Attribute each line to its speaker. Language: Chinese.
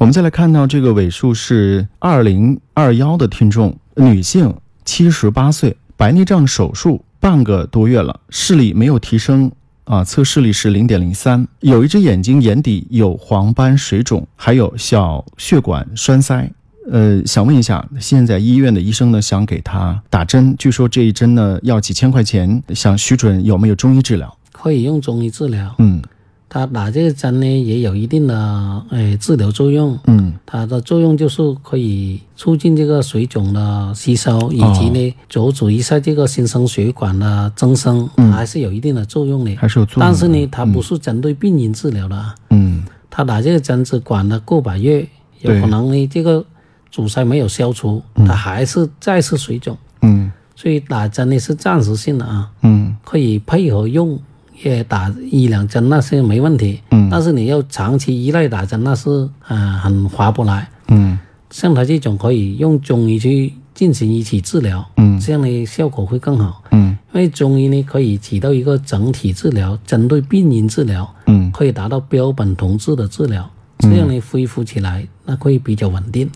Speaker 1: 我们再来看到这个尾数是二零二幺的听众，女性，七十八岁，白内障手术半个多月了，视力没有提升啊，测视力是零点零三，有一只眼睛眼底有黄斑水肿，还有小血管栓塞。呃，想问一下，现在医院的医生呢，想给他打针，据说这一针呢要几千块钱，想徐主任有没有中医治疗？
Speaker 2: 可以用中医治疗。
Speaker 1: 嗯
Speaker 2: 它打这个针呢，也有一定的诶治疗作用。
Speaker 1: 嗯
Speaker 2: 它的作用就是可以促进这个水肿的吸
Speaker 1: 哦
Speaker 2: 收，以及呢阻止一下这个新生血管的增生，还是有一定的作用的。
Speaker 1: 嗯还是有作用嗯
Speaker 2: 但
Speaker 1: 的
Speaker 2: 是呢，它不是针对病人治疗的啊，
Speaker 1: 嗯
Speaker 2: 它打这个针只管了过把月，有
Speaker 1: 对
Speaker 2: 可能呢这个阻塞没有消除，它还是再次水肿，
Speaker 1: 嗯
Speaker 2: 所以打针呢是暂时性的啊，
Speaker 1: 嗯
Speaker 2: 可以配合用。也打一两针那是没问题，
Speaker 1: 嗯
Speaker 2: 但是你要长期依赖打针，那是呃很划不来。
Speaker 1: 嗯
Speaker 2: 像他这种可以用中医去进行一起治疗，
Speaker 1: 嗯
Speaker 2: 这样的效果会更好。
Speaker 1: 嗯
Speaker 2: 因为中医呢可以起到一个整体治疗，针对病因治疗，
Speaker 1: 嗯，
Speaker 2: 可以达到标本同治的治疗，这样呢恢复起来那会比较稳定。